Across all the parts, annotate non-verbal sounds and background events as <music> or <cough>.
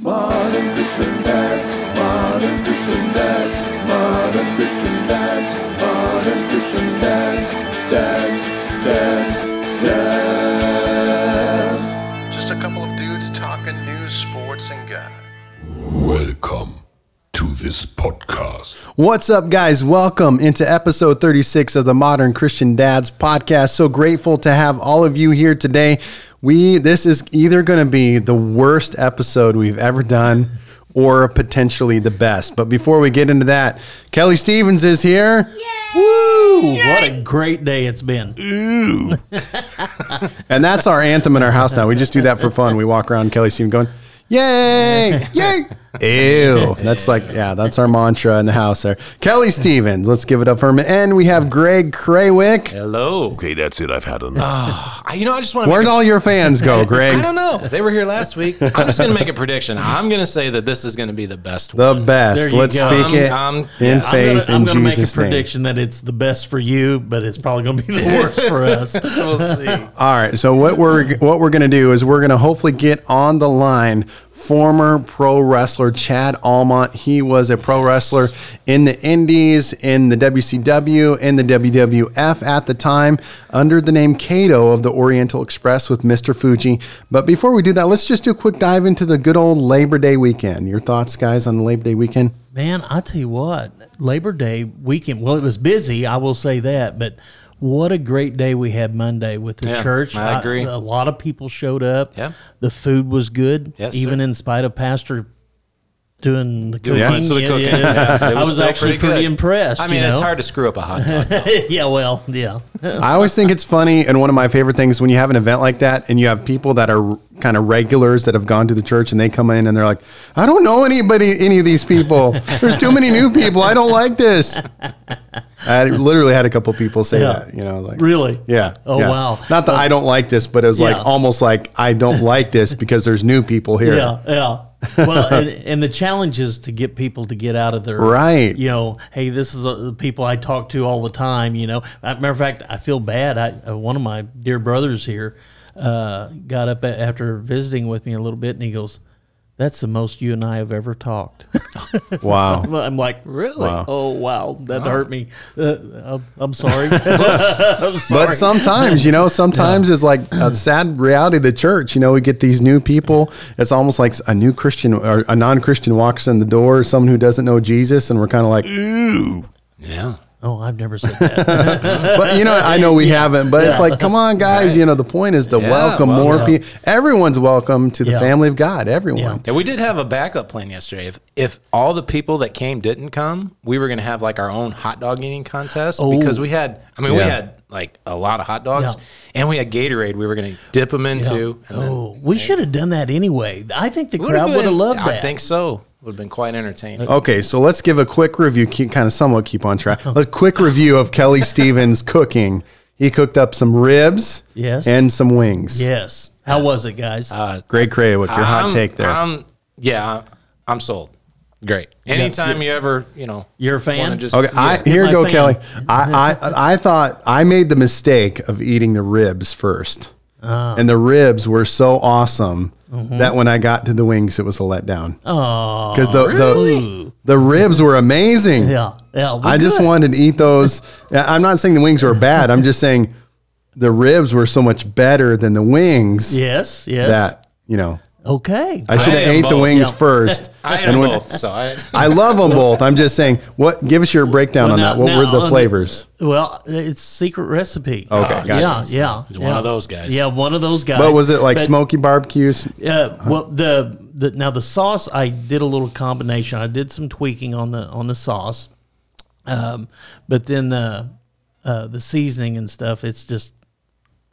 Modern Christian dads, modern Christian dads, modern Christian dads, modern Christian dads, dads, dads, dads. Just a couple of dudes talking news, sports, and gun. Welcome to this podcast. What's up, guys? Welcome into episode 36 of the Modern Christian Dads podcast. So grateful to have all of you here today. We this is either going to be the worst episode we've ever done or potentially the best. But before we get into that, Kelly Stevens is here. Woo! What a great day it's been. And that's our anthem in our house now. We just do that for fun. We walk around Kelly Stevens going, Yay! Yay! Ew. That's like, yeah, that's our mantra in the house there. Kelly Stevens, let's give it up for him. And we have Greg Krawick. Hello. Okay, that's it. I've had enough. you know, I just want to. Where'd all your fans <laughs> go, Greg? I don't know. They were here last week. I'm just going to make a prediction. I'm going to say that this is going to be the best one. The best. There you Let's go. speak it Um, um, in yeah. I'm faith gonna, I'm in gonna make a Jesus' name. prediction that it's the best for you, but it's probably gonna be <laughs> the worst for us. We'll <laughs> see. All right. So what we're what we're gonna do is we're gonna hopefully get on the line former pro wrestler Chad Almont. He was a pro wrestler in the Indies, in the WCW, in the WWF at the time, under the name Kato of the Oriental Express with Mr. Fuji. But before we do that, let's just do a quick dive into the good old Labor Day weekend. Your thoughts, guys, on the Labor Day weekend? Man, I tell you what, Labor Day weekend. Well, it was busy, I will say that, but what a great day we had Monday with the Yeah, church. I agree. A lot of people showed up. Yeah. The food was good, Yes, even sir. in spite of Pastor doing the cooking. Doing most of the cooking. Yeah, <laughs> it I was still actually pretty, good. impressed. I mean, you know? it's hard to screw up a hot dog. <laughs> yeah, well, yeah. I always think it's funny, and one of my favorite things when you have an event like that, and you have people that are kind of regulars that have gone to the church, and they come in and they're like, "I don't know anybody, any of these people. There's too many new people. I don't like this." I literally had a couple people say Yeah. that, you know, like Really? yeah. Oh, yeah. wow. Not that I don't like this, but it was Yeah. like almost like I don't like this because there's new people here. Yeah, yeah. Well, and, and the challenge is to get people to get out of their Right. You know, hey, this is uh the people I talk to all the time. You know, Uh, matter of fact, I feel bad. I uh, one of my dear brothers here uh, got up a- after visiting with me a little bit, and he goes, "That's the most you and I have ever talked." <laughs> Wow. I'm like, Really? Oh wow, that hurt me. Uh, I'm, I'm sorry. <laughs> I'm sorry. <laughs> But sometimes, you <laughs> know, sometimes it's like a sad reality of the church. You know, we get these new people. It's almost like a new Christian or a non Christian walks in the door, someone who doesn't know Jesus, and we're kind of like, Yeah. oh, I've never said <laughs> that. but you know, I know <laughs> we haven't, but it's like, come on, guys. You know, the point is to Yeah, welcome well, more people. Everyone's welcome to the Yeah. family of God. Everyone. Yeah, we did have a backup plan yesterday. If if all the people that came didn't come, we were going to have like our own hot dog eating contest because we had. I mean, we Yeah. had like a lot of hot dogs, Oh. Yeah. and we had Gatorade. We were going to dip them into. And then oh, we should have done that anyway. I think the crowd been- would have loved that. I think so. Would have been quite entertaining. Okay, so let's give a quick review, keep, kind of somewhat keep on track. A quick review of <laughs> Kelly Stevens cooking. He cooked up some ribs Yes. and some wings. Yes. How was it, guys? Uh, Greg Krawick, your hot I'm- take there. I'm, yeah, I'm sold. Great. Anytime you ever, you know, You're a fan? wanna Just, Okay, I, yeah. here you my go, fan. Kelly. <laughs> I, I I thought I made the mistake of eating the ribs first, Ah. and the ribs were so awesome Mm-hmm. that when I got to the wings, it was a letdown. Oh, because the, the the ribs were amazing. Oh, yeah. Yeah. we I just good. wanted to eat those. <laughs> Yeah, I'm not saying the wings were bad. I'm just saying the ribs were so much better than the wings Yes. Yes. that you know Okay. I should have ate 'em ate the both. wings Yeah. <laughs> first. I had them both, so I, I love them both. I'm just saying, what? Give us your breakdown on now- that. What now were on the the- flavors? well, it's secret recipe. Okay, gotcha. Yeah. Yeah. He's yeah. one of those guys. Yeah. One of those guys. But was it like But, smoky barbecues? Uh, well, the, the now the sauce. I did a little combination. I did some tweaking on the on the sauce, um, but then uh, uh, the seasoning and stuff. It's just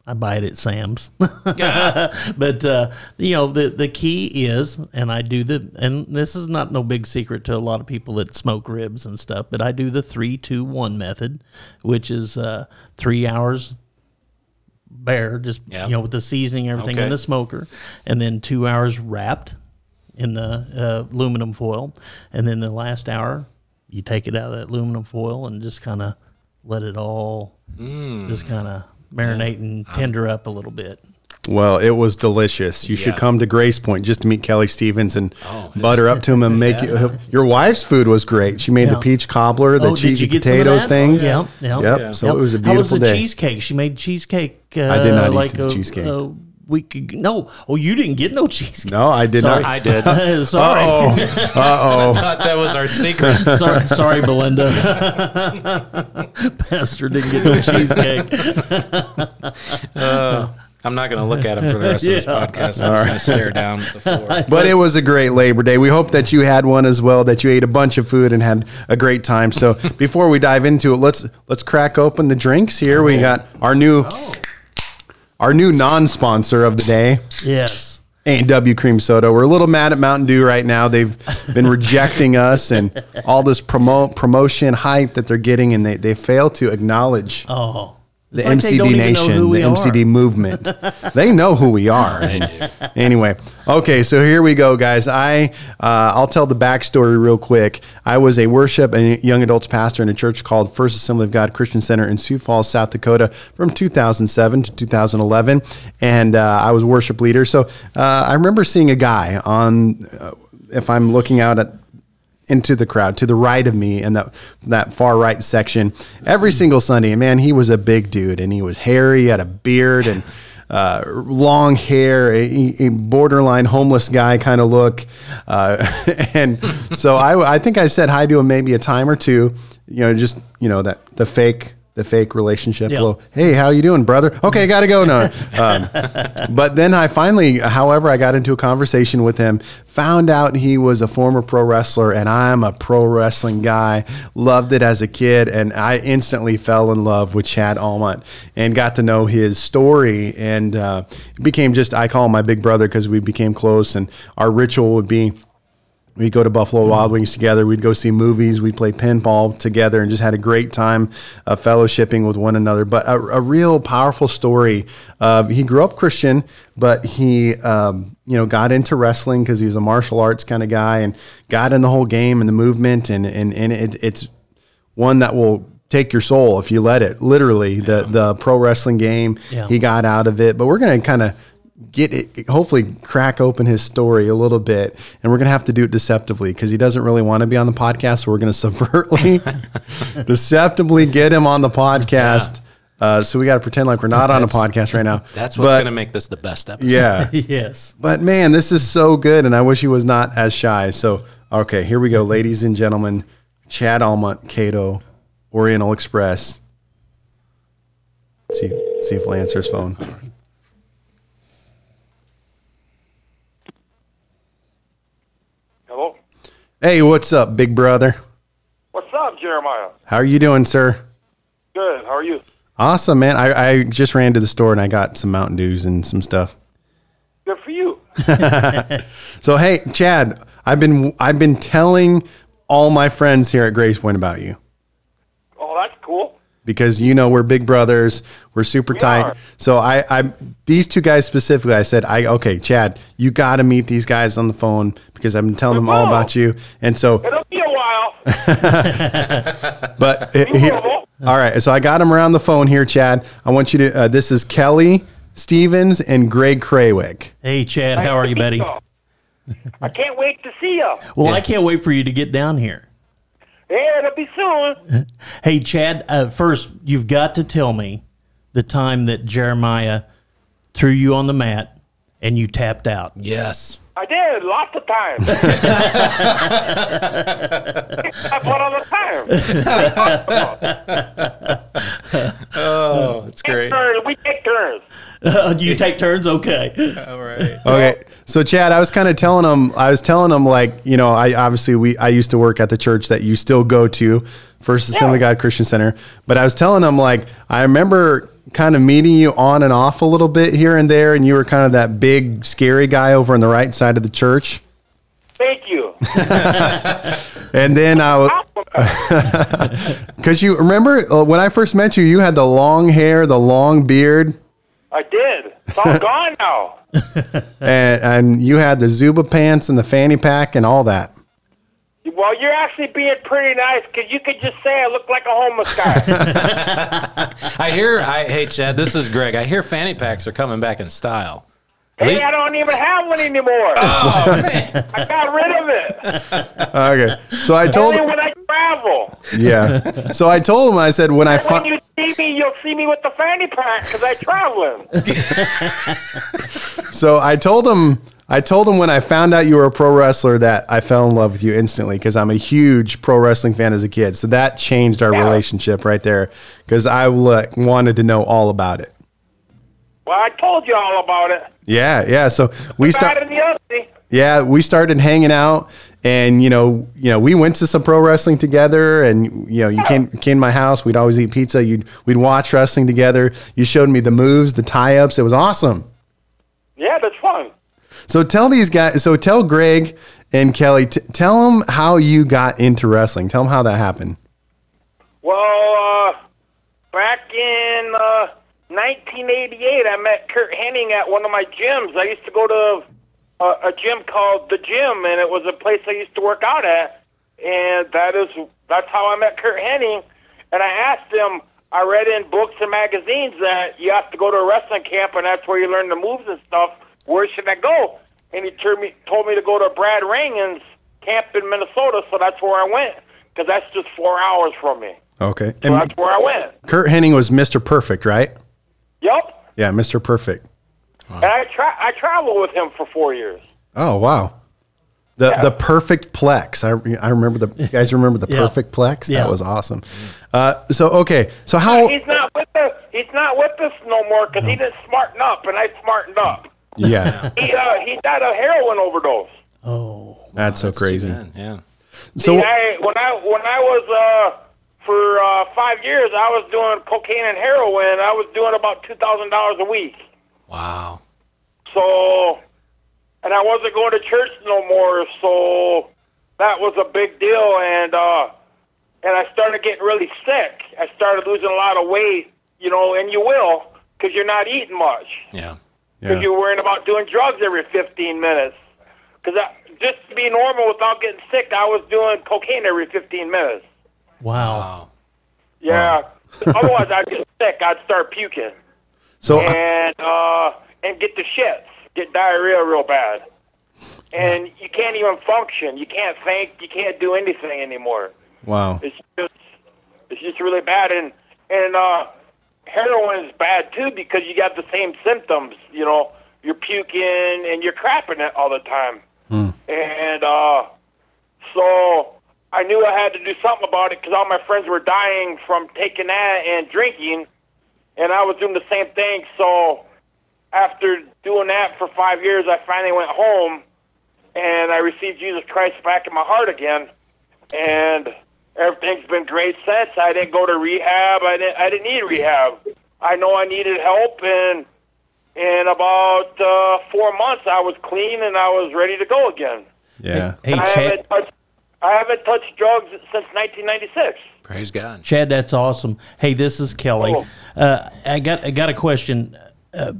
I buy it at Sam's. <laughs> but uh, you know the the key is, and I do the, and this is not no big secret to a lot of people that smoke ribs and stuff. But I do the three two one method, which is uh, three hours bare, just Yeah. you know with the seasoning and everything Okay. in the smoker, and then two hours wrapped in the uh, aluminum foil, and then the last hour you take it out of that aluminum foil and just kind of Mm. let it all just kind of marinate and tender up a little bit. Well, it was delicious. You should Yeah. come to Grace Point just to meet Kelly Stevens and Oh, butter up to him and <laughs> make you. Your wife's food was great. She made the Yeah. peach cobbler, the Oh, did cheesy you get some of potatoes that? things. Yep, yep, Yep, yep. so it was a How was the beautiful day. cheesecake? She made cheesecake. Uh, I did not eat like the a, cheesecake. A week ago. No, oh, you didn't get no <laughs> cheesecake. No, I did Sorry. not. I did. I Uh, <laughs> sorry, Uh <laughs> oh. Uh <laughs> oh. thought that was our secret. <laughs> <laughs> sorry, sorry, Belinda. <laughs> Pastor didn't get no cheesecake. I'm not going to look at him for the rest <laughs> of this podcast. I'm just going to stare down at the floor. But it was a great Labor Day. We hope that you had one as well, that you ate a bunch of food and had a great time. <laughs> So before we dive into it, let's let's crack open the drinks here. Oh. We got our new our new non-sponsor of the day. Yes. A W cream soda. We're a little mad at Mountain Dew right now. They've been rejecting us and all this promo promotion hype that they're getting, and they, they fail to acknowledge Oh, the It's like they MCD don't even know Nation, who the we are. MCD movement. <laughs> they know who we are. anyway, okay, so here we go, guys. I uh, I'll tell the backstory real quick. I was a worship and young adults pastor in a church called First Assembly of God Christian Center in Sioux Falls, South Dakota, from 2007 to 2011, and uh, I was worship leader. So uh, I remember seeing a guy on. Uh, if I'm looking out at into the crowd to the right of me in that that far right section every single Sunday. And man, he was a big dude, and he was hairy, had a beard, and uh, long hair, a, a borderline homeless guy kind of look. Uh, <laughs> and so I, I think I said hi to him maybe a time or two. You know, just you know that the fake. The fake relationship, Yeah. hello, hey, how you doing, brother? Okay, gotta go now. Um, but then I finally, however, I got into a conversation with him, found out he was a former pro wrestler, and I'm a pro wrestling guy. Loved it as a kid, and I instantly fell in love with Chad Almont and got to know his story. And uh, became just, I call him my big brother because we became close, and our ritual would be. We'd go to Buffalo Wild Wings together. We'd go see movies. We'd play pinball together and just had a great time uh, fellowshipping with one another. But a, a real powerful story. of he grew up Christian, but he, um, you know, got into wrestling because he was a martial arts kind of guy and got in the whole game and the movement. And, and, and it, it's one that will take your soul if you let it. Literally, the the pro wrestling game. Yeah. He got out of it, but we're gonna kind of get it. Hopefully, crack open his story a little bit, and we're gonna have to do it deceptively because he doesn't really want to be on the podcast. So we're gonna <laughs> subvertly, <laughs> deceptively get him on the podcast. Uh, so we got to pretend like we're not on a podcast right now. That's what's But- going to make this the best episode. Yeah. yes. But man, this is so good, and I wish he was not as shy. So, okay, here we go, ladies and gentlemen. Chad Almont, Cato, Oriental Express. See, see if he'll answer his phone. Hello. Hey, what's up, big brother? What's up, Jeremiah? How are you doing, sir? Good. How are you? Awesome, man. I, I just ran to the store and I got some Mountain Dews and some stuff. Good for you. So, hey, Chad, I've been I've been telling all my friends here at Grace Point about you. Oh, that's cool. because you know we're big brothers, we're super tight. are. So I, I, these two guys specifically, I said, I okay, Chad, you got to meet these guys on the phone because I've been telling them all will. about you. And so, It'll be a while. but he- he- will. all right, so I got him around the phone here, Chad. I want you to. Uh, this is Kelly Stevens and Greg Krawick. Hey, Chad, <laughs> how are you, buddy? I can't wait to see you. Well, I can't wait for you to get down here. Yeah, it'll be soon. Hey, Chad, uh, first, you've got to tell me the time that Jeremiah threw you on the mat and you tapped out. Yes. I did lots <laughs> of times. I put on the time. Oh, it's Take great. turns. We take turns. Uh, <laughs> you take turns? Okay. All right. Okay. So Chad, I was kind of telling him, I was telling him like, you know, I obviously we I used to work at the church that you still go to, First Assembly of God Christian Center, but I was telling him like I remember kind of meeting you on and off a little bit here and there and you were kind of that big scary guy over on the right side of the church. Thank you. And then I was cuz you remember uh, when I first met you, you had the long hair, the long beard. I did. It's all gone now. And, and you had the Zuba pants and the fanny pack and all that. Well, you're actually being pretty nice because you could just say I look like a <laughs> homeless guy. I hear. I hey Chad, this is Greg. I hear fanny packs are coming back in style. At <laughs> hey, least I don't even have one anymore. Oh. I got rid of it. Okay. So I told Only when I travel. yeah. So I told him I said when I When fi- you see me, you'll see me with the fanny pack because I traveling. So I told him I told him when I found out you were a pro wrestler that I fell in love with you instantly because I'm a huge pro wrestling fan as a kid. So that changed our Yeah. relationship right there because I like, wanted to know all about it. Well, I told you all about it. Yeah, yeah. So we Bad started. in the ugly. Yeah, we started hanging out, and you know, you know, we went to some pro wrestling together, and you know, you came came to my house. We'd always eat pizza. You'd we'd watch wrestling together. You showed me the moves, the tie ups. It was awesome. Yeah, that's fun. So tell these guys. So tell Greg and Kelly. T- tell them how you got into wrestling. Tell them how that happened. Well, uh, back in uh, 1988, I met Kurt Henning at one of my gyms. I used to go to uh, a, a gym called The Gym, and it was a place I used to work out at. And that is that's how I met Kurt Henning. And I asked him. I read in books and magazines that you have to go to a wrestling camp, and that's where you learn the moves and stuff. Where should I go? And he told me told me to go to Brad Rangan's camp in Minnesota, so that's where I went because that's just four hours from me. Okay. So And that's where I went. Kurt Henning was Mr. Perfect, right? Yep. Yeah, Mr. Perfect. And I tra- I traveled with him for four years. Oh wow. The, the perfect plex. I, I remember the you guys remember the Yeah. perfect plex. Yeah. That was awesome. Uh, so okay. So how? He's not with us. He's not with us no more because he didn't smarten up, and I smartened up. Yeah, He uh, he died of heroin overdose. Oh, that's so <laughs> crazy. Man, yeah. So See, I, when I when I was uh, for uh, five years, I was doing cocaine and heroin. I was doing about two thousand dollars a week. Wow. So, and I wasn't going to church no more, so that was a big deal. And uh, and I started getting really sick. I started losing a lot of weight, you know, and you will because you're not eating much Yeah. yeah. because you're worrying about doing drugs every 15 minutes. Because just to be normal without getting sick, I was doing cocaine every 15 minutes. Wow. Wow. Yeah. Otherwise, I'd get sick. I'd start puking so I- and uh, and get the shits, get diarrhea real bad, and you can't even function. You can't think. You can't do anything anymore. wow. It's just it's just really bad, and and uh, heroin is bad too because you got the same symptoms. You know, you're puking and you're crapping it all the time, and uh, so. I knew I had to do something about it because all my friends were dying from taking that and drinking, and I was doing the same thing. So after doing that for five years, I finally went home and I received Jesus Christ back in my heart again. And everything's been great since. I didn't go to rehab. I didn't. I didn't need rehab. I know I needed help, and in about uh, four months, I was clean and I was ready to go again. Yeah. Hey, I Chad, haven't touched. I haven't touched drugs since 1996. Praise God. Chad, that's awesome. Hey, this is Kelly. Cool. Uh, I got I got a question.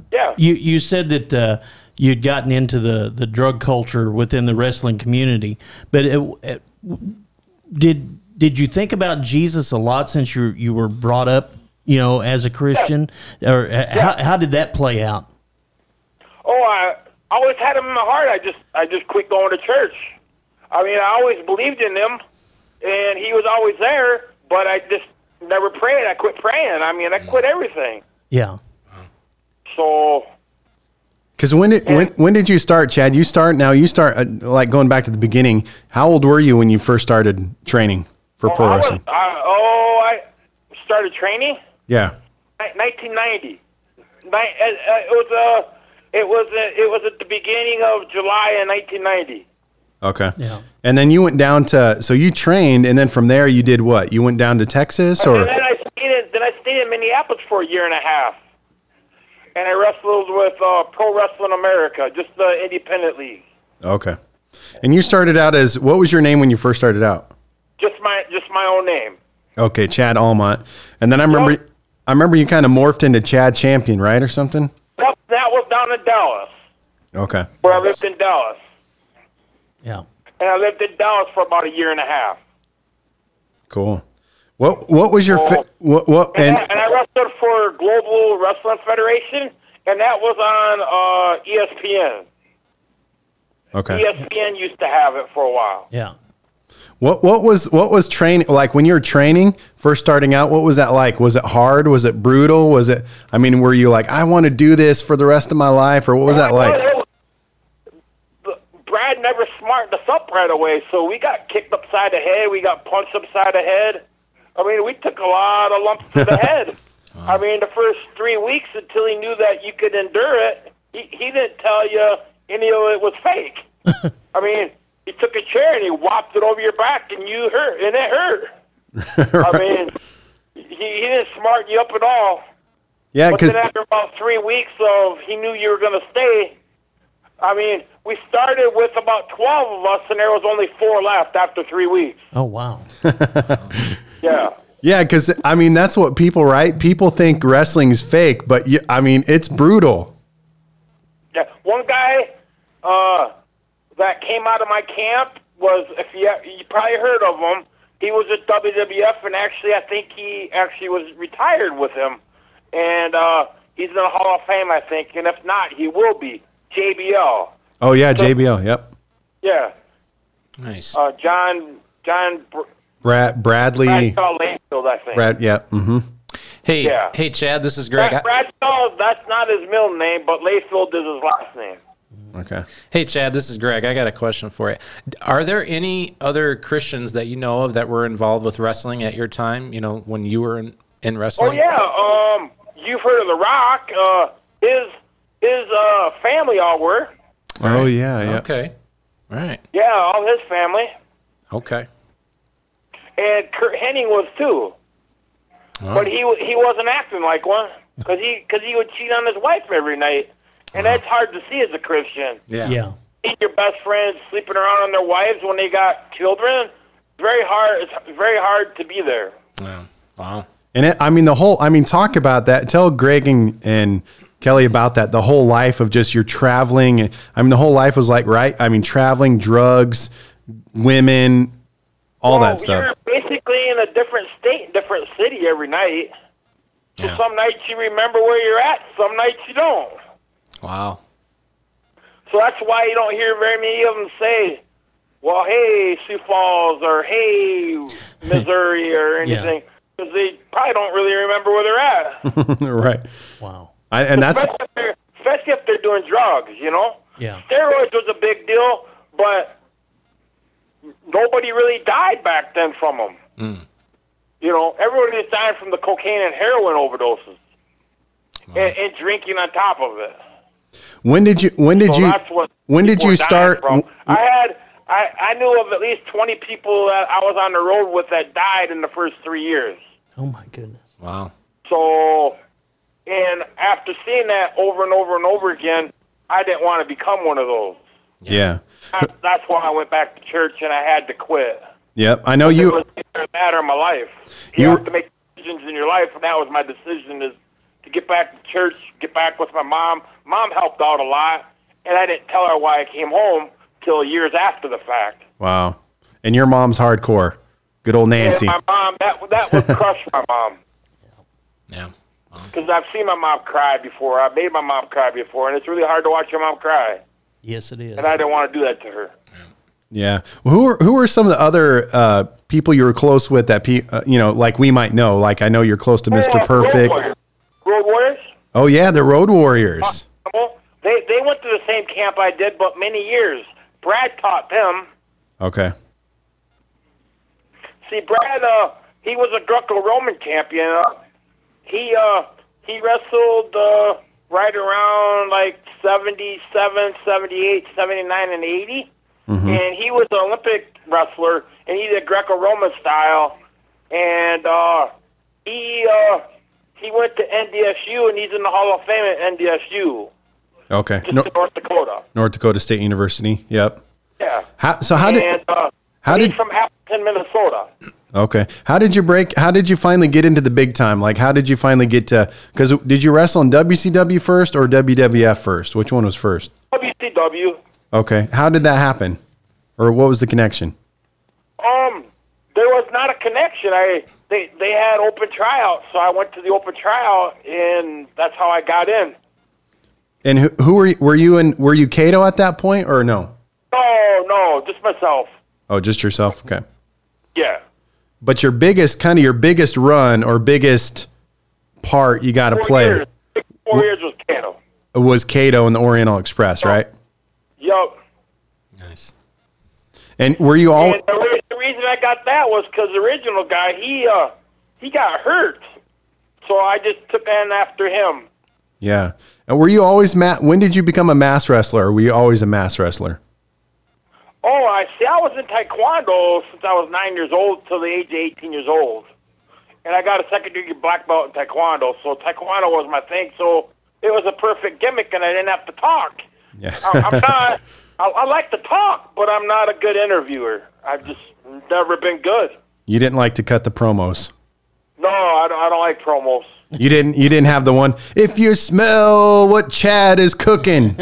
Yeah. You you said that uh, you'd gotten into the, the drug culture within the wrestling community, but it, it, did did you think about Jesus a lot since you you were brought up, you know, as a Christian, or uh, how, how did that play out? Oh, I I always had him in my heart. I just I just quit going to church. I mean, I always believed in him, and he was always there. But I just never prayed. I quit praying. I mean, I quit everything. Yeah, So Because when did when when did you start, Chad? You start now. You start uh, like going back to the beginning. How old were you when you first started training for pro I was. wrestling? I, oh, I started training Yeah, ni- 1990. Ni- uh, uh, It was a. It was a, It was at the beginning of July in 1990. okay. Yeah. And then you went down to so you trained, and then from there you did what? You went down to Texas, or <laughs> And then I stayed in then I stayed in Minneapolis for a year and a half, and I wrestled with uh, Pro Wrestling America, just the independent league. okay. And you started out as what was your name when you first started out? Just my just my own name. Okay, Chad Almont. And then I remember Yep. I remember you kind of morphed into Chad Champion, right, or something? That, that was down in Dallas, Okay. where I lived in Dallas, yeah. and I lived in Dallas for about a year and a half. Cool. What What was your Oh. fa- what what And, <laughs> and I- and I wrestled for Global Wrestling Federation, and that was on uh, ESPN. E okay? ESPN used to have it for a while. Yeah. What What was what was training like when you were training first starting out? What was that like? Was it hard? Was it brutal? Was it? I mean, were you like I want to do this for the rest of my life, or what was that like? Brad never smartened us up right away, so we got kicked upside the head. We got punched upside the head. I mean, we took a lot of lumps <laughs> to the head. I mean, the first three weeks until he knew that you could endure it, he, he didn't tell you any of it was <laughs> fake. I mean, he took a chair and he whopped it over your back, and you hurt, and it hurt. <laughs> I mean, he, he didn't smarten you up at all. Yeah, But because then after about three weeks of he knew you were going to stay, I mean, we started with about 12 of us, and there was only four left after three weeks. Oh wow. <laughs> Yeah. yeah, because I mean that's what people right. People think wrestling's fake, but you, I mean it's brutal. yeah. One guy uh, that came out of my camp was, if you, you probably heard of him, he was at WWF, and actually, I think he actually was retired with him. And uh, he's in the Hall of Fame, I think, and if not, he will be. JBL. Oh yeah, JBL. Yep. Yeah. Nice. Uh, John, John. Br- Brad Bradley. Bradshaw Layfield, I think. Brad. Yeah. Mm-hmm. hey, yeah. hey, Chad. This is Greg. Brad, I- Bradshaw, that's not his middle name, but Layfield is his last name. Okay. Hey, Chad, this is Greg. I got a question for you. Are there any other Christians that you know of that were involved with wrestling at your time, you know, when you were in, in wrestling? Oh yeah, um, you've heard of The Rock. Uh, his his uh, family all were. Oh yeah. Yeah. Okay. All right. Yeah, all his family, Okay. and Kurt Hennig was too. But he wa- he wasn't acting like one because he cause he would cheat on his wife every night, and that's hard to see as a Christian. Yeah. Yeah. Seeing your best friends sleeping around on their wives when they got children, very hard. It's very hard to be there. Wow. Wow. And it, I mean, the whole, I mean, talk about that. Tell Greg and, and Kelly about that. The whole life of just you're traveling. I mean, the whole life was like, right? I mean, traveling, drugs, women, all that Well, stuff. You're basically in a different state, different city every night. So Yeah. some nights you remember where you're at, some nights you don't. Wow. So that's why you don't hear very many of them say, "Well, hey Sioux Falls" <laughs> or "Hey Missouri" or anything, because they probably don't really remember where they're <laughs> at, right. Wow. I, and that's, especially if they're, especially if they're doing drugs. You know, Yeah. steroids was a big deal, but nobody really died back then from them. You know, everybody was dying from the cocaine and heroin overdoses and, and drinking on top of it. when did you, when did So you, that's what when did people you died start? From. I had I, I knew of at least twenty people that I was on the road with that died in the first three years. Oh my goodness. Wow. So, and after seeing that over and over and over again, I didn't want to become one of those. yeah. That's, that's why I went back to church and I had to quit. Yep. I know It you, was either that or my life. You, You- have to make decisions in your life, and that was my decision: is to get back to church, get back with my mom. Mom helped out a lot, and I didn't tell her why I came home till years after the fact. wow. And your mom's hardcore. Good old And Nancy. my mom, that that would crush my mom Yeah. because I've seen my mom cry before. I made my mom cry before, and it's really hard to watch your mom cry. Yes, it is. And I didn't want to do that to her. Yeah. Well, who are who are some of the other uh, people you were close with that pe- uh, you know like we might know? Like I know you're close to Oh, Mr. Road Perfect. Warriors. Road Warriors. Oh yeah, the Road Warriors. Well, They they went to the same camp I did, but many years. Brad taught them. Okay. See, Brad, uh, he was a Greco-Roman champion. Uh, he uh, he wrestled uh, right around like 77, 78, 79, and 80. And he was an Olympic wrestler, and he did Greco-Roman style. And uh, he uh, he went to NDSU, and he's in the Hall of Fame at NDSU, Okay. just Nor- in North Dakota. North Dakota State University. Yep. Yeah. How, so how did and uh, how he's did from Appleton, Minnesota. okay? How did you break? How did you finally get into the big time? Like how did you finally get to? Because did you wrestle in WCW first or WWF first? Which one was first? WCW. Okay. How did that happen? or what was the connection? Um, there was not a connection. I they they had open tryouts, so I went to the open tryout, and that's how I got in. And who, who were you, were you in? Were you Cato at that point or no? No, no, just myself. Oh, just yourself. Okay. Yeah. But your biggest, kind of your biggest run or biggest part you got to Four play years. Four years was Cano. was Cato and the Oriental Express, right? Yup. Nice. And were you all? And the, re- the reason I got that was because the original guy he uh he got hurt, so I just took in after him. Yeah. And were you always Matt? When did you become a mass wrestler? Or were you always a mass wrestler? Oh, I see. I was in Taekwondo since I was nine years old till the age of 18 years old. And I got a second degree black belt in Taekwondo. So Taekwondo was my thing. So it was a perfect gimmick, and I didn't have to talk. Yeah. I, I'm not, I, I like to talk, but I'm not a good interviewer. I've just never been good. You didn't like to cut the promos. No, I don't, I don't like promos. You didn't. You didn't have the one. If you smell what Chad is cooking.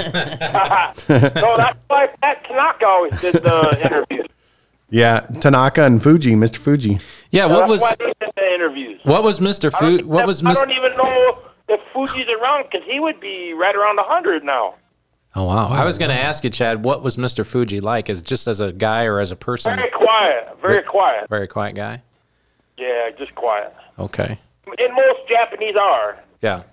No, that's why Pat Tanaka always did the <laughs> interviews. Yeah, Tanaka and Fuji, Mr. Fuji. Yeah. What That's was why they did the interviews. what was Mr. I don't Food? even- What was I Mr. don't even know if Fuji's around because he would be right around 100 now. Oh wow. I was going to ask you, Chad. What was Mr. Fuji like? As just as a guy or as a person? Very quiet. Very quiet. Very quiet guy. Yeah, just quiet. Okay. And most Japanese are. Yeah.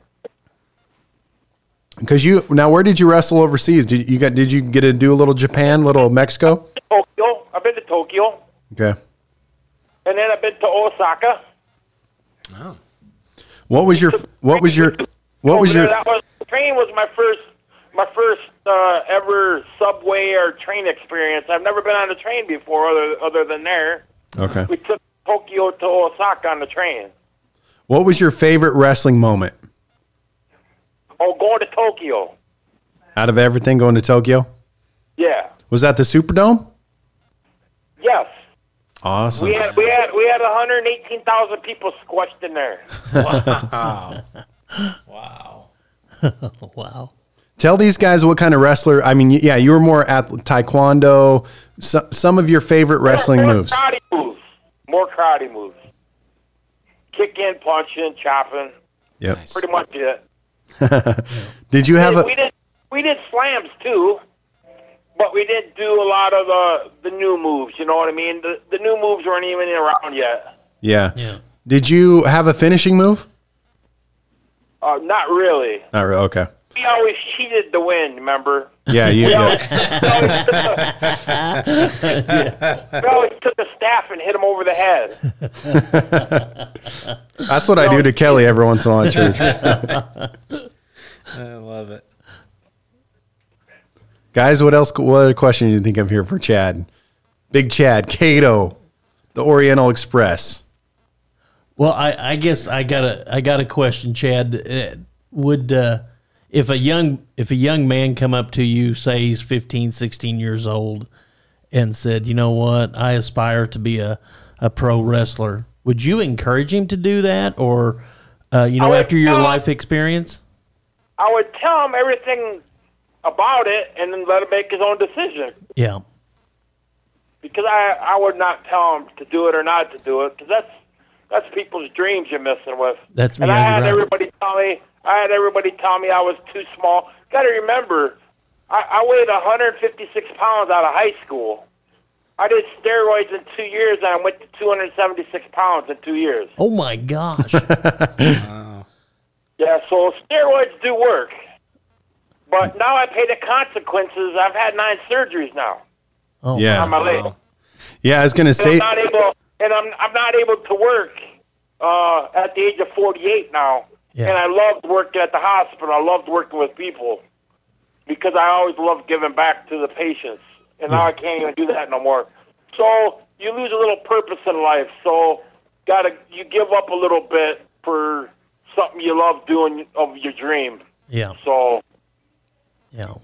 Because you now, where did you wrestle overseas? Did you got? Did you get to do a little Japan, little Mexico? Tokyo. I've been to Tokyo. Okay. And then I've been to Osaka. What was your? What was your? What was Over there, your? That was, train was my first my first uh, ever subway or train experience. I've never been on a train before other other than there. Okay. We took Tokyo to Osaka on the train. What was your favorite wrestling moment Oh, going to Tokyo. out of everything going to Tokyo? Yeah. Was that the Superdome? Yes. Awesome. We had we had we had 118,000 people squashed in there. Wow. Tell these guys what kind of wrestler. I mean, yeah, you were more at taekwondo. So, some of your favorite wrestling more moves. Karate moves. More karate moves. Kick in, punching, chopping. Yep. Pretty much it. Did you have a? we did we did slams too, but we didn't do a lot of the the new moves. You know what I mean? The the new moves weren't even around yet. Yeah. Yeah. Did you have a finishing move? Uh, not really. Not really. Okay. We always cheated to win. Remember? Yeah. You. yeah. <laughs> We always took a staff and hit him over the head. That's what I do to Kelly every once in a while at <laughs> church. I love it. Guys, what else? What other question do you think of here for Chad? Big Chad, Cato, the Oriental Express. Well, I, I guess I got a I got a question, Chad. Uh, Would uh, if a young if a young man come up to you, say he's 15, 16 years old, and said, "You know what? I aspire to be a, a pro wrestler." Would you encourage him to do that, or uh, you know, would after your not. life experience? I would tell him everything about it and then let him make his own decision. Yeah, because I I would not tell them to do it or not to do it because that's that's people's dreams you're messing with. That's- and yeah, I you're had right. everybody tell me I had everybody tell me I was too small. Got to remember, I, I weighed 156 pounds out of high school. I did steroids in two years and I went to 276 pounds in two years. Oh my gosh! Yeah, so steroids do work. But now I pay the consequences. I've had nine surgeries now Oh, on my Yeah. leg. Yeah. I was gonna and I'm say. not able, and I'm I'm not able to work uh, at the age of 48 now. Yeah. And I loved working at the hospital. I loved working with people because I always loved giving back to the patients. And now I can't even do that no more. So you lose a little purpose in life. So gotta you give up a little bit for something you love doing of your dream. yeah, So, yeah,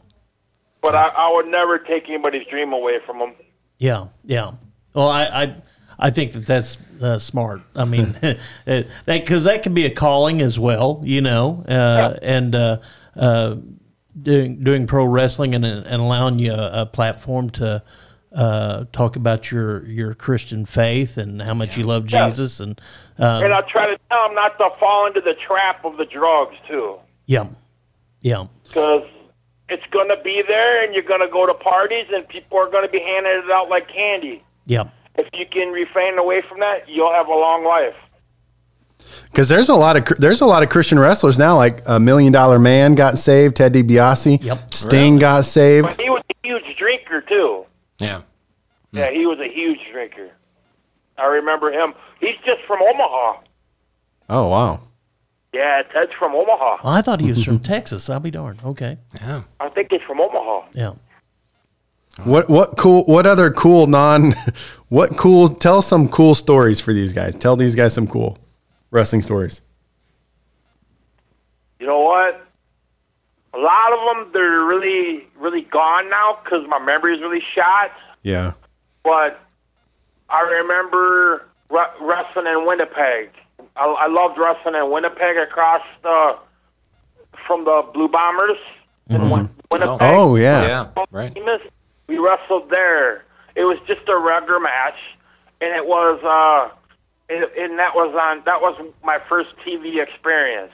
but I, I would never take anybody's dream away from them. yeah, yeah. Well, I, I, I think that that's uh, smart. I <laughs> mean, <laughs> uh, that because that could be a calling as well, you know, uh, and uh, uh, doing doing pro wrestling and, and allowing you a, a platform to uh, talk about your your Christian faith and how much you love Yeah. Jesus and uh, And I try to tell them not to fall into the trap of the drugs too, yeah, yeah, because it's going to be there, and you're going to go to parties, and people are going to be handing it out like candy. yeah. If you can refrain away from that, you'll have a long life. Because there's a lot of there's a lot of Christian wrestlers now. Like a Million Dollar Man got saved. Ted DiBiase. Yep. Sting got saved. But he was a huge drinker too. Yeah. Yeah, he was a huge drinker. I remember him. He's just from Omaha. Oh wow. Yeah, Ted's from Omaha. Well, I thought he was <laughs> from Texas. I'll be darned. Okay, Yeah. I think he's from Omaha. yeah. What what cool? What other cool non? <laughs> What cool? Tell some cool stories for these guys. Tell these guys some cool wrestling stories. You know what? A lot of them, they're really, really gone now because my memory's really shot. Yeah. But I remember re- wrestling in Winnipeg. I, I loved wrestling in Winnipeg across the from the Blue Bombers in Win- Winnipeg. Oh yeah. Yeah. Right. famous. We wrestled there. It was just a regular match, and it was uh, and, and that was on that was my first TV experience.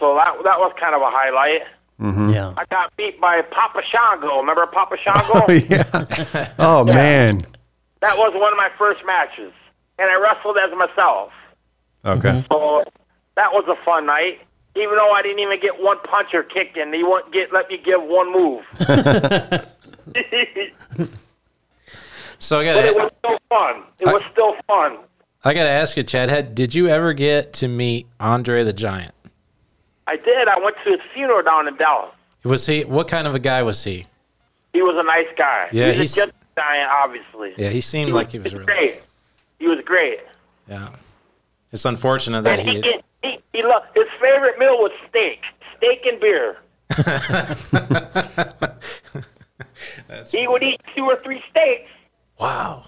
So that that was kind of a highlight. Yeah. I got beat by Papa Shango. Remember Papa <laughs> Shango? Oh yeah. Oh man. That was one of my first matches, and I wrestled as myself. Okay. So that was a fun night. Even though I didn't even get one punch or kick in, they won't get let me give one <laughs> move. <laughs> So I But it got was still fun. It was still fun. I got to ask you, Chad. Had, did you ever get to meet Andre the Giant? I did. I went to his funeral down in Dallas. Was he? What kind of a guy was he? He was a nice guy. Yeah, he was he's- a gentle giant, obviously. Yeah, he seemed like he was really. great. He was great. Yeah. It's unfortunate that And he, he. he, he, loved, his favorite meal was steak, steak and beer. he would eat two or three steaks, Wow.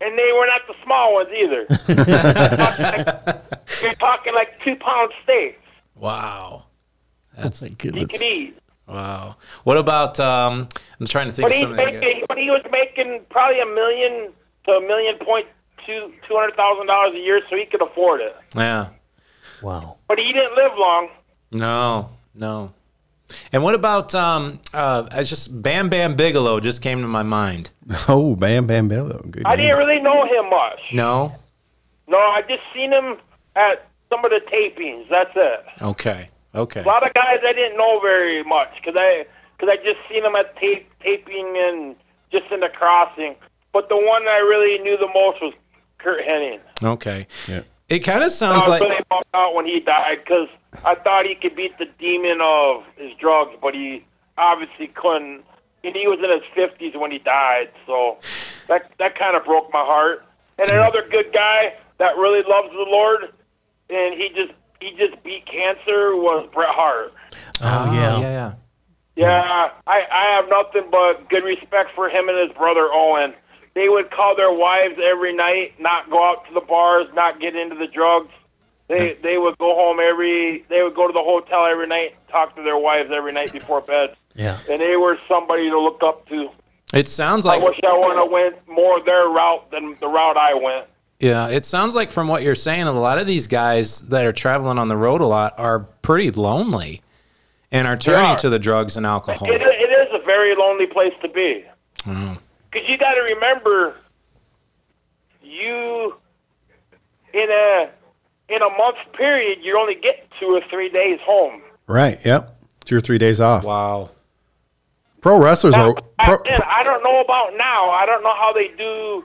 and they were not the small ones <laughs> either. You're talking like- You're talking like two pound steaks Wow. That's a he good. could eat. Wow. What about? Um, I'm trying to think But of he's something. I guess. making, but he was making probably a million to a million point two two hundred thousand dollars a year, so he could afford it. Yeah. Wow. But he didn't live long. No. No. And what about? Um, uh, it's just Bam Bam Bigelow just came to my mind. Oh, Bam Bam Bello. Good. I Hmm. name. didn't really know him much. No. No, I just seen him at some of the tapings. That's it. Okay. Okay. A lot of guys I didn't know very much because I because I just seen him at tape taping and just in the crossing. But the one I really knew the most was Kurt Hennig. Okay. It kind of sounds I was like. really bummed out when he died because I thought he could beat the demon of his drugs, but he obviously couldn't. And he was in his fifties when he died, so that that kind of broke my heart. And another good guy that really loves the Lord, and he just he just beat cancer was Bret Hart. Ah, Oh yeah. yeah. Yeah. Yeah, I, I have nothing but good respect for him and his brother Owen. They would call their wives every night, not go out to the bars, not get into the drugs. They they would go home every they would go to the hotel every night, talk to their wives every night before bed. Yeah. And they were somebody to look up to. It sounds I like. wish I would have went more their route than the route I went. Yeah. It sounds like from what you're saying, a lot of these guys that are traveling on the road a lot are pretty lonely, and are turning are. to the drugs and alcohol. It, it is a very lonely place to be. Because you got to remember, you in a in a month's period, you only get two or three days home. Right. Yep. Two or three days off. Wow. Pro wrestlers are. Pro, Back then, I don't know about now. I don't know how they do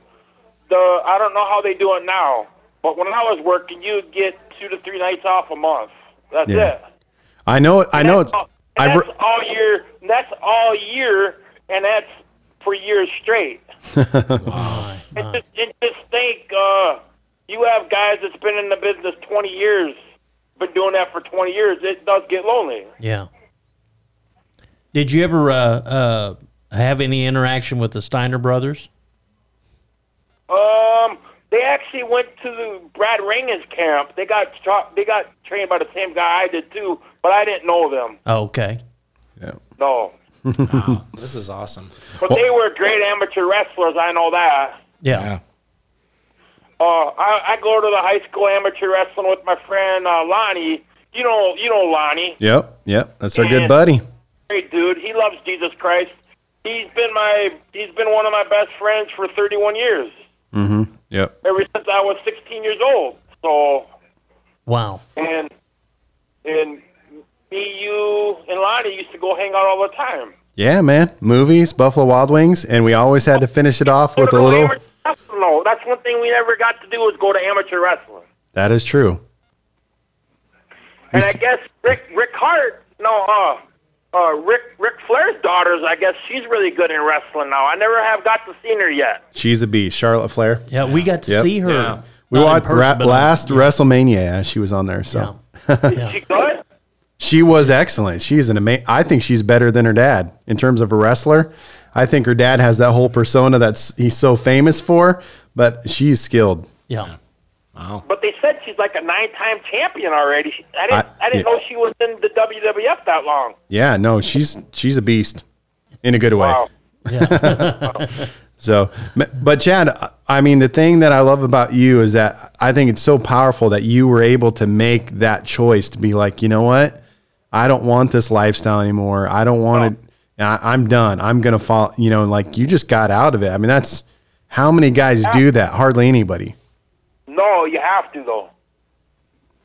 the. I don't know how they do it now. But when I was working, you would get two to three nights off a month. That's Yeah. it. I know. I know. That's It's, all- I've. that's re- all year. That's all year, and that's for years <laughs> straight. and, just, and just think, uh, you have guys that's been in the business twenty years, been doing that for twenty years. It does get lonely. Yeah. Did you ever uh, uh, have any interaction with the Steiner brothers? Um, they actually went to the Brad Rangan's camp. They got tra- they got trained by the same guy I did too, but I didn't know them. Oh, okay. No. This is awesome. But they were great amateur wrestlers. I know that. Yeah. Uh, I, I go to the high school amateur wrestling with my friend uh, Lonnie. You know, you know Lonnie. Yep, yep. That's our Yeah. good buddy. Great dude. He loves Jesus Christ. He's been my he's been one of my best friends for 31 years. Mm-hmm. Yep. Ever since I was 16 years old. So Wow. and and me, you, and Lonnie used to go hang out all the time. Yeah, man. Movies, Buffalo Wild Wings, and we always had to finish it off with a No, little. amateur wrestling, No, that's one thing we never got to do was go to amateur wrestling. That is true. And I guess Rick Rick Hart, no, uh, uh, Rick Rick Flair's daughters. I guess she's really good in wrestling now. I never have got to see her yet. She's a bee. Charlotte Flair. Yeah, we got to Yep. see her. Yeah. We not in watched person, ra- but on- last WrestleMania. Yeah, she was on there. So Yeah. She good? she was excellent. She's an amazing. I think she's better than her dad in terms of a wrestler. I think her dad has that whole persona that's he's so famous for, but she's skilled. Yeah. But they said she's like a nine-time champion already. She- I didn't I- I, didn't yeah. know she was in the WWF that long. Yeah, no, she's she's a beast in a good way. Wow. So, m- but Chad, I mean, the thing that I love about you is that I think it's so powerful that you were able to make that choice to be like, you know what, I don't want this lifestyle anymore. I don't want it. I, I'm done. I'm gonna fall. You know, like you just got out of it. I mean, that's how many guys do that? Hardly anybody. No, you have to though,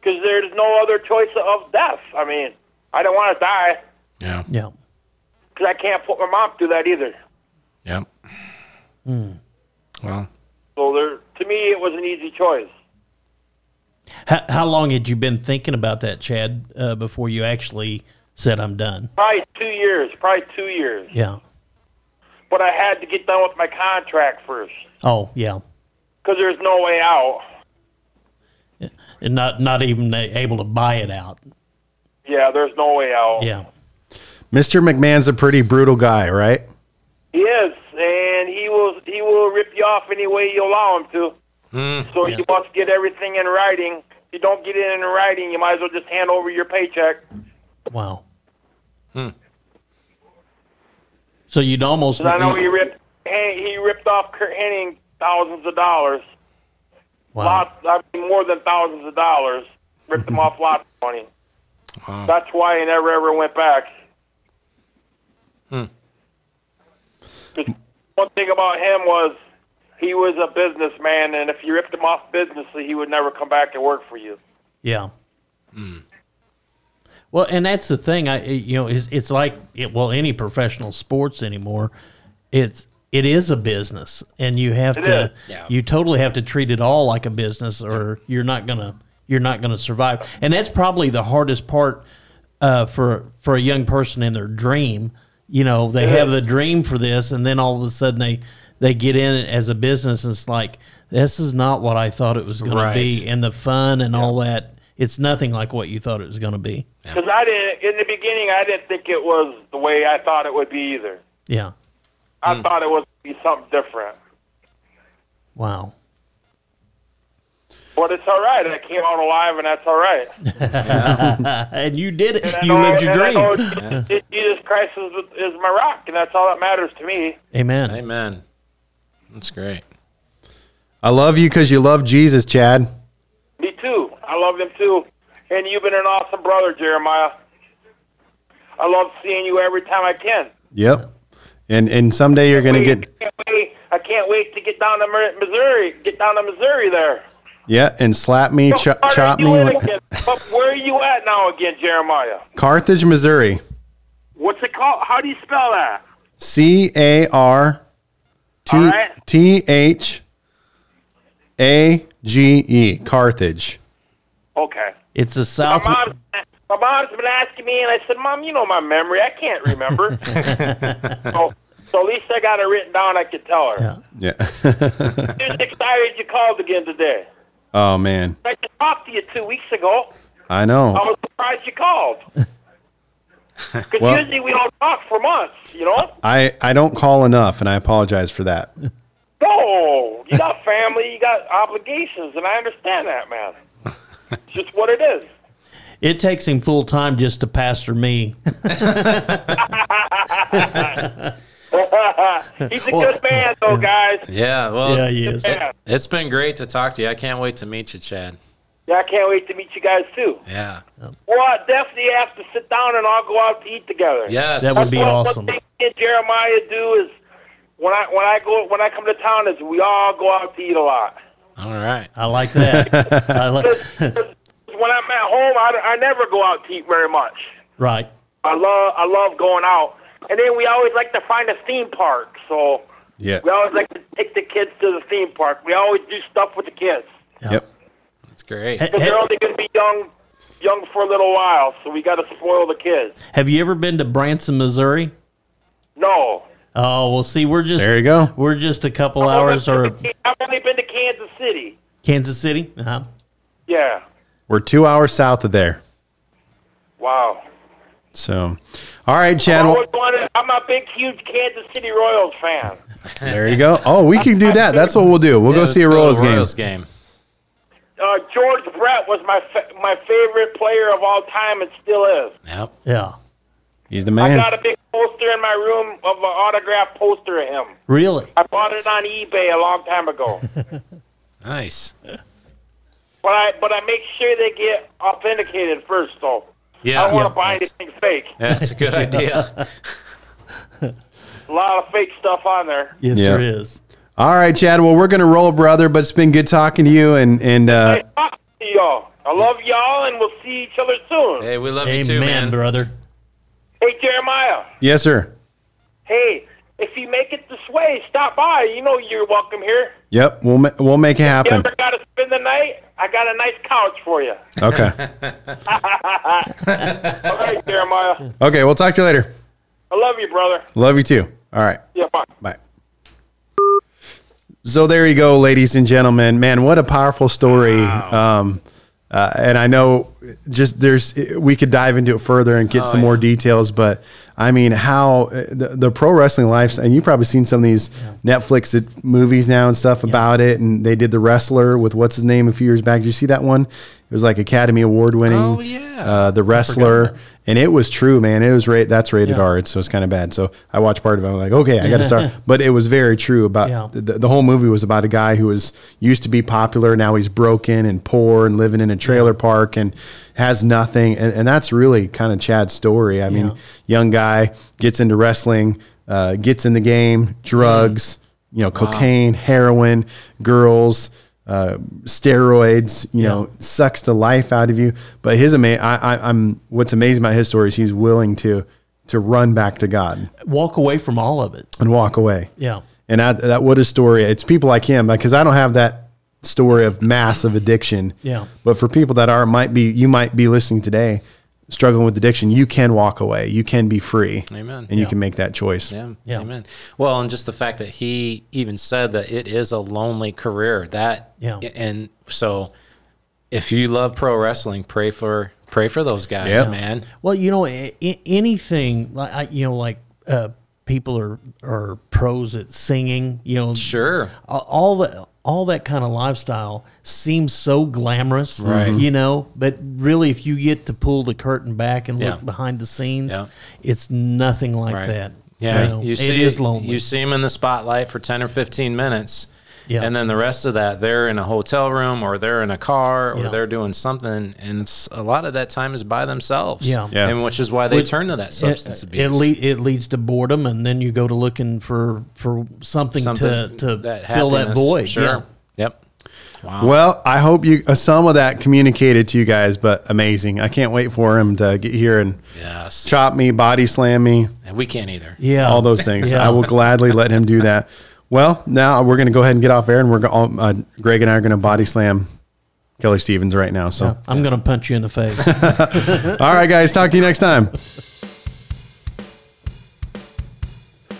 because there's no other choice of death. I mean, I don't want to die Yeah. Yeah. because I can't put my mom through that either. Yep. Well, So there, to me, it was an easy choice. How, how long had you been thinking about that, Chad, uh, before you actually said, I'm done? Probably two years. Probably two years. Yeah. But I had to get done with my contract first Oh, yeah. because there's no way out. And not, not even a- able to buy it out. Yeah, there's no way out. Yeah. Mr. McMahon's a pretty brutal guy, right? He is, and he will he will rip you off any way you allow him to. so you must get everything in writing. If you don't get it in writing, you might as well just hand over your paycheck. Wow. So you'd almost. 'Cause I know he ripped he he ripped off Kurt Hennig thousands of dollars, wow. lots, I mean more than thousands of dollars. Ripped him off lots of money. That's why he never ever went back. Just One thing about him was he was a businessman, and if you ripped him off business, he would never come back and work for you. Yeah. Hmm. Well, and that's the thing. I you know it's, it's like it, well any professional sports anymore. It's it is a business, and you have It to is. Yeah. you totally have to treat it all like a business, or you're not gonna you're not gonna survive. And that's probably the hardest part uh, for for a young person in their dream. You know, they have the dream for this, and then all of a sudden they they get in it as a business, and it's like this is not what I thought it was going Right. to be, and the fun and all that. It's nothing like what you thought it was going to be. Because I didn't in the beginning, I didn't think it was the way I thought it would be either. Yeah. I thought it would be something different. Wow. But it's all right. I came out alive, and that's all right. And you did it. And I You know- lived your and I know dream. Jesus- Jesus Christ is, is my rock, and that's all that matters to me. Amen. amen. That's great. I love you because you love Jesus, Chad. Me too. I love him too. And you've been an awesome brother, Jeremiah. I love seeing you every time I can. Yep. And and someday you're gonna get I can't wait, I can't wait to get down to Mir- Missouri. Get down to Missouri there. yeah and slap me, Where chop, are chop you me. at again? But where are you at now again, Jeremiah? Carthage, Missouri. What's it called? How do you spell that? C A R All T right. T H A G E Carthage. Okay. It's a My South. mom's, my mom's been asking me, and I said, Mom, you know my memory. I can't <laughs> remember. so, so at least I got it written down. I could tell her. Yeah. <laughs> Just excited you called again today. oh man, I just talked to you two weeks ago. I I know. was surprised <laughs> you called. Because Well- usually we don't talk for months, you know? I I don't call enough, and I apologize for that. No, you got family, you got obligations, and I understand that, man. It's just what it is. It takes him full time just to pastor me. He's a good man, though, guys. Yeah, well, Yeah, he is. Yeah. it's been great to talk to you. I can't wait to meet you, Chad. Yeah, I can't wait to meet you guys too. Yeah. Well, I definitely have to sit down and all go out to eat together. Yes. That would be That's awesome. One thing me and Jeremiah do is when I when I go when I come to town is we all go out to eat a lot. All right. I like that. I like, When I'm at home, I, I never go out to eat very much. right. I love I love going out, and then we always like to find a theme park. So Yeah. we always like to take the kids to the theme park. We always do stuff with the kids Yep. That's great. Ha- because they're ha- only going to be young young for a little while. So we got to spoil the kids. have you ever been to Branson, Missouri? No, Oh, well, see, we're just There you go. We're just a couple hours or I've only been to Kansas City. Kansas City. Uh-huh. Yeah. We're two hours south of there. Wow. So, all right, I Chad. Well, always wanted, I'm a big, huge Kansas City Royals fan. there you go. Oh, we can do that. That's what we'll do. We'll go Let's see a to the Royals game. Royals game. Uh, George Brett was my fa- my favorite player of all time and still is. Yep. Yeah. He's the I man. got a big poster in my room of an autographed poster of him. Really? I bought it on eBay a long time <laughs> ago. Nice. but I but I make sure they get authenticated first, though. Yeah. I don't want Yeah, to buy that's- anything fake. yeah, that's <laughs> a good idea. A lot of fake stuff on there. Yes, Yeah. there is. All right, Chad. Well, we're gonna roll, brother. But it's been good talking to you, and and uh, Hey, talk to y'all. I love y'all, and we'll see each other soon. Hey, we love you Amen, too, man. brother. Hey, Jeremiah. yes, sir. Hey, if you make it this way, stop by. You know you're welcome here. Yep, we'll ma- we'll make it You happen. ever got to spend the night? I got a nice couch for you. Okay. All right, Jeremiah. Okay. We'll talk to you later. I love you, brother. Love you too. All right. Yeah, bye. Bye. So there you go, ladies and gentlemen. Man, what a powerful story. Um, uh, and I know just there's we could dive into it further and Oh, get some more details, but I mean how uh, the, the pro wrestling lives and you've probably seen some of these Netflix it- movies now and stuff about it. And they did the wrestler with what's his name a few years back. Did you see that one? It was like Academy Award winning. Oh, yeah. uh, the wrestler, and it was true, man. It was ra- that's rated Yeah. R, so it's kind of bad. So I watched part of it. I'm like, okay, I got to <laughs> start. But it was very true about Yeah. the, the whole movie was about a guy who was used to be popular, now he's broken and poor and living in a trailer park and has nothing. And, and that's really kind of Chad's story. I mean, Yeah. young guy gets into wrestling, uh, gets in the game, drugs, you know, cocaine, heroin, girls uh, steroids, you know, sucks the life out of you. But his ama- I, I, I'm what's amazing about his story is he's willing to to run back to God Walk away from all of it. and walk away. Yeah. And I, that what a story. It's people like him because I don't have that story of massive addiction. Yeah. But for people that are might be you might be listening today struggling with addiction, you can walk away. You can be free. Amen. And you can make that choice. Yeah, Yeah. Amen. Well, and just the fact that he even said that it is a lonely career. That Yeah. And so, if you love pro wrestling, pray for pray for those guys, Yeah. man. Well, you know, a- a- anything like I- you know, like uh, people are are pros at singing. You know, Sure. a- all the all that kind of lifestyle seems so glamorous, right? You know, but really, if you get to pull the curtain back and look Yeah. behind the scenes, Yeah. it's nothing like Right. that. Yeah, you, know? you see, it is lonely. You see them in the spotlight for ten or fifteen minutes, Yeah. and then the rest of that, they're in a hotel room or they're in a car or Yeah. they're doing something, and it's a lot of that time is by themselves. Yeah. Yeah. and which is why they Which- turn to that substance it, abuse. It, le- it leads to boredom, and then you go to looking for for something, Something to to fill that happiness. void. Sure. Yeah. Yep. Well, I hope you uh, some of that communicated to you guys, but amazing. I can't wait for him to get here and Yes. chop me, body slam me, And we can't either. yeah, all those things. Yeah. I will gladly let him do that. Well, now we're going to go ahead and get off air, and we're go- all, uh, Greg and I are going to body slam Kelly Stevens right now. So, I'm gonna punch you in the <laughs> face. all right, guys, talk to you next time.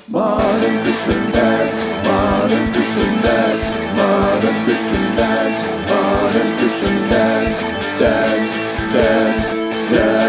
Modern Christian dads, modern Christian dads, modern Christian dads, modern Christian dads, dads, dads, dads.